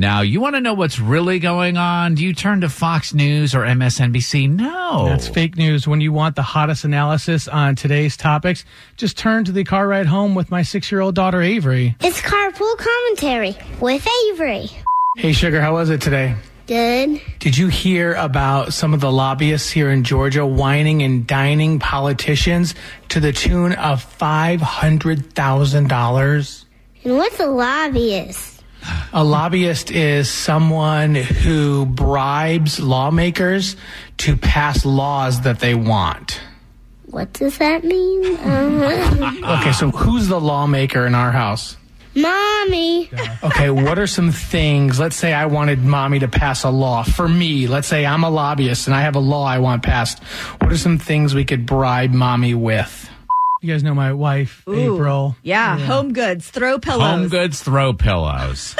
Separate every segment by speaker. Speaker 1: Now, you want to know what's really going on? Do you turn to Fox News or MSNBC? No.
Speaker 2: That's fake news. When you want the hottest analysis on today's topics, just turn to the car ride home with my six year old daughter, Avery.
Speaker 3: It's Carpool Commentary with Avery.
Speaker 2: Hey, Sugar, how was it today?
Speaker 3: Good.
Speaker 2: Did you hear about some of the lobbyists here in Georgia whining and dining politicians to the tune of $500,000?
Speaker 3: And what's a lobbyist?
Speaker 2: A lobbyist is someone who bribes lawmakers to pass laws that they want.
Speaker 3: What does that mean? Um,
Speaker 2: Okay, so who's the lawmaker in our house?
Speaker 3: mommy.
Speaker 2: Okay, what are some things? Let's say I wanted mommy to pass a law for me. Let's say I'm a lobbyist and I have a law I want passed. What are some things we could bribe mommy with? You guys know my wife,
Speaker 4: Ooh.
Speaker 2: April.
Speaker 4: Yeah, home goods, throw pillows.
Speaker 1: Home goods, throw pillows.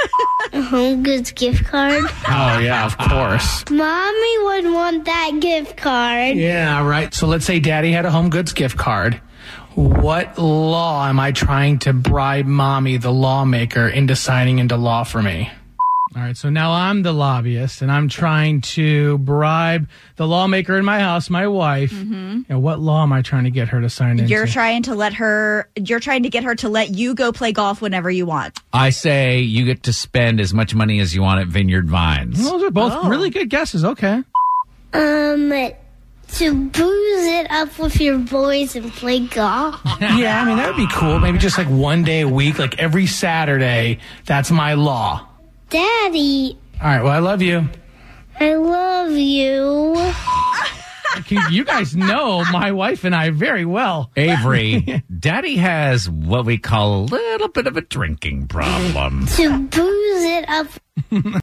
Speaker 3: A home goods Oh, gift card.
Speaker 2: Oh, yeah, of course.
Speaker 3: mommy would want that gift card.
Speaker 2: Yeah, right. So let's say daddy had a home goods gift card. What law am I trying to bribe mommy, the lawmaker, into signing into law for me? All right, so now I'm the lobbyist and I'm trying to bribe the lawmaker in my house, my wife. And what law am I trying to get her to sign into?
Speaker 4: You're trying to let her. You're trying to get her to let you go play golf whenever you want.
Speaker 1: I say you get to spend as much money as you want at Vineyard Vines.
Speaker 2: Those are both really good guesses. Okay.
Speaker 3: Um, to booze it up with your boys and play golf.
Speaker 2: yeah, I mean, that would be cool. Maybe just like one day a week, like every Saturday. That's my law.
Speaker 3: Daddy,
Speaker 2: All right, well, I love you.
Speaker 3: I love you.
Speaker 2: Can- you guys know my wife and I very well.
Speaker 1: Avery, Daddy has what we call a little bit of a drinking problem.
Speaker 3: To booze it up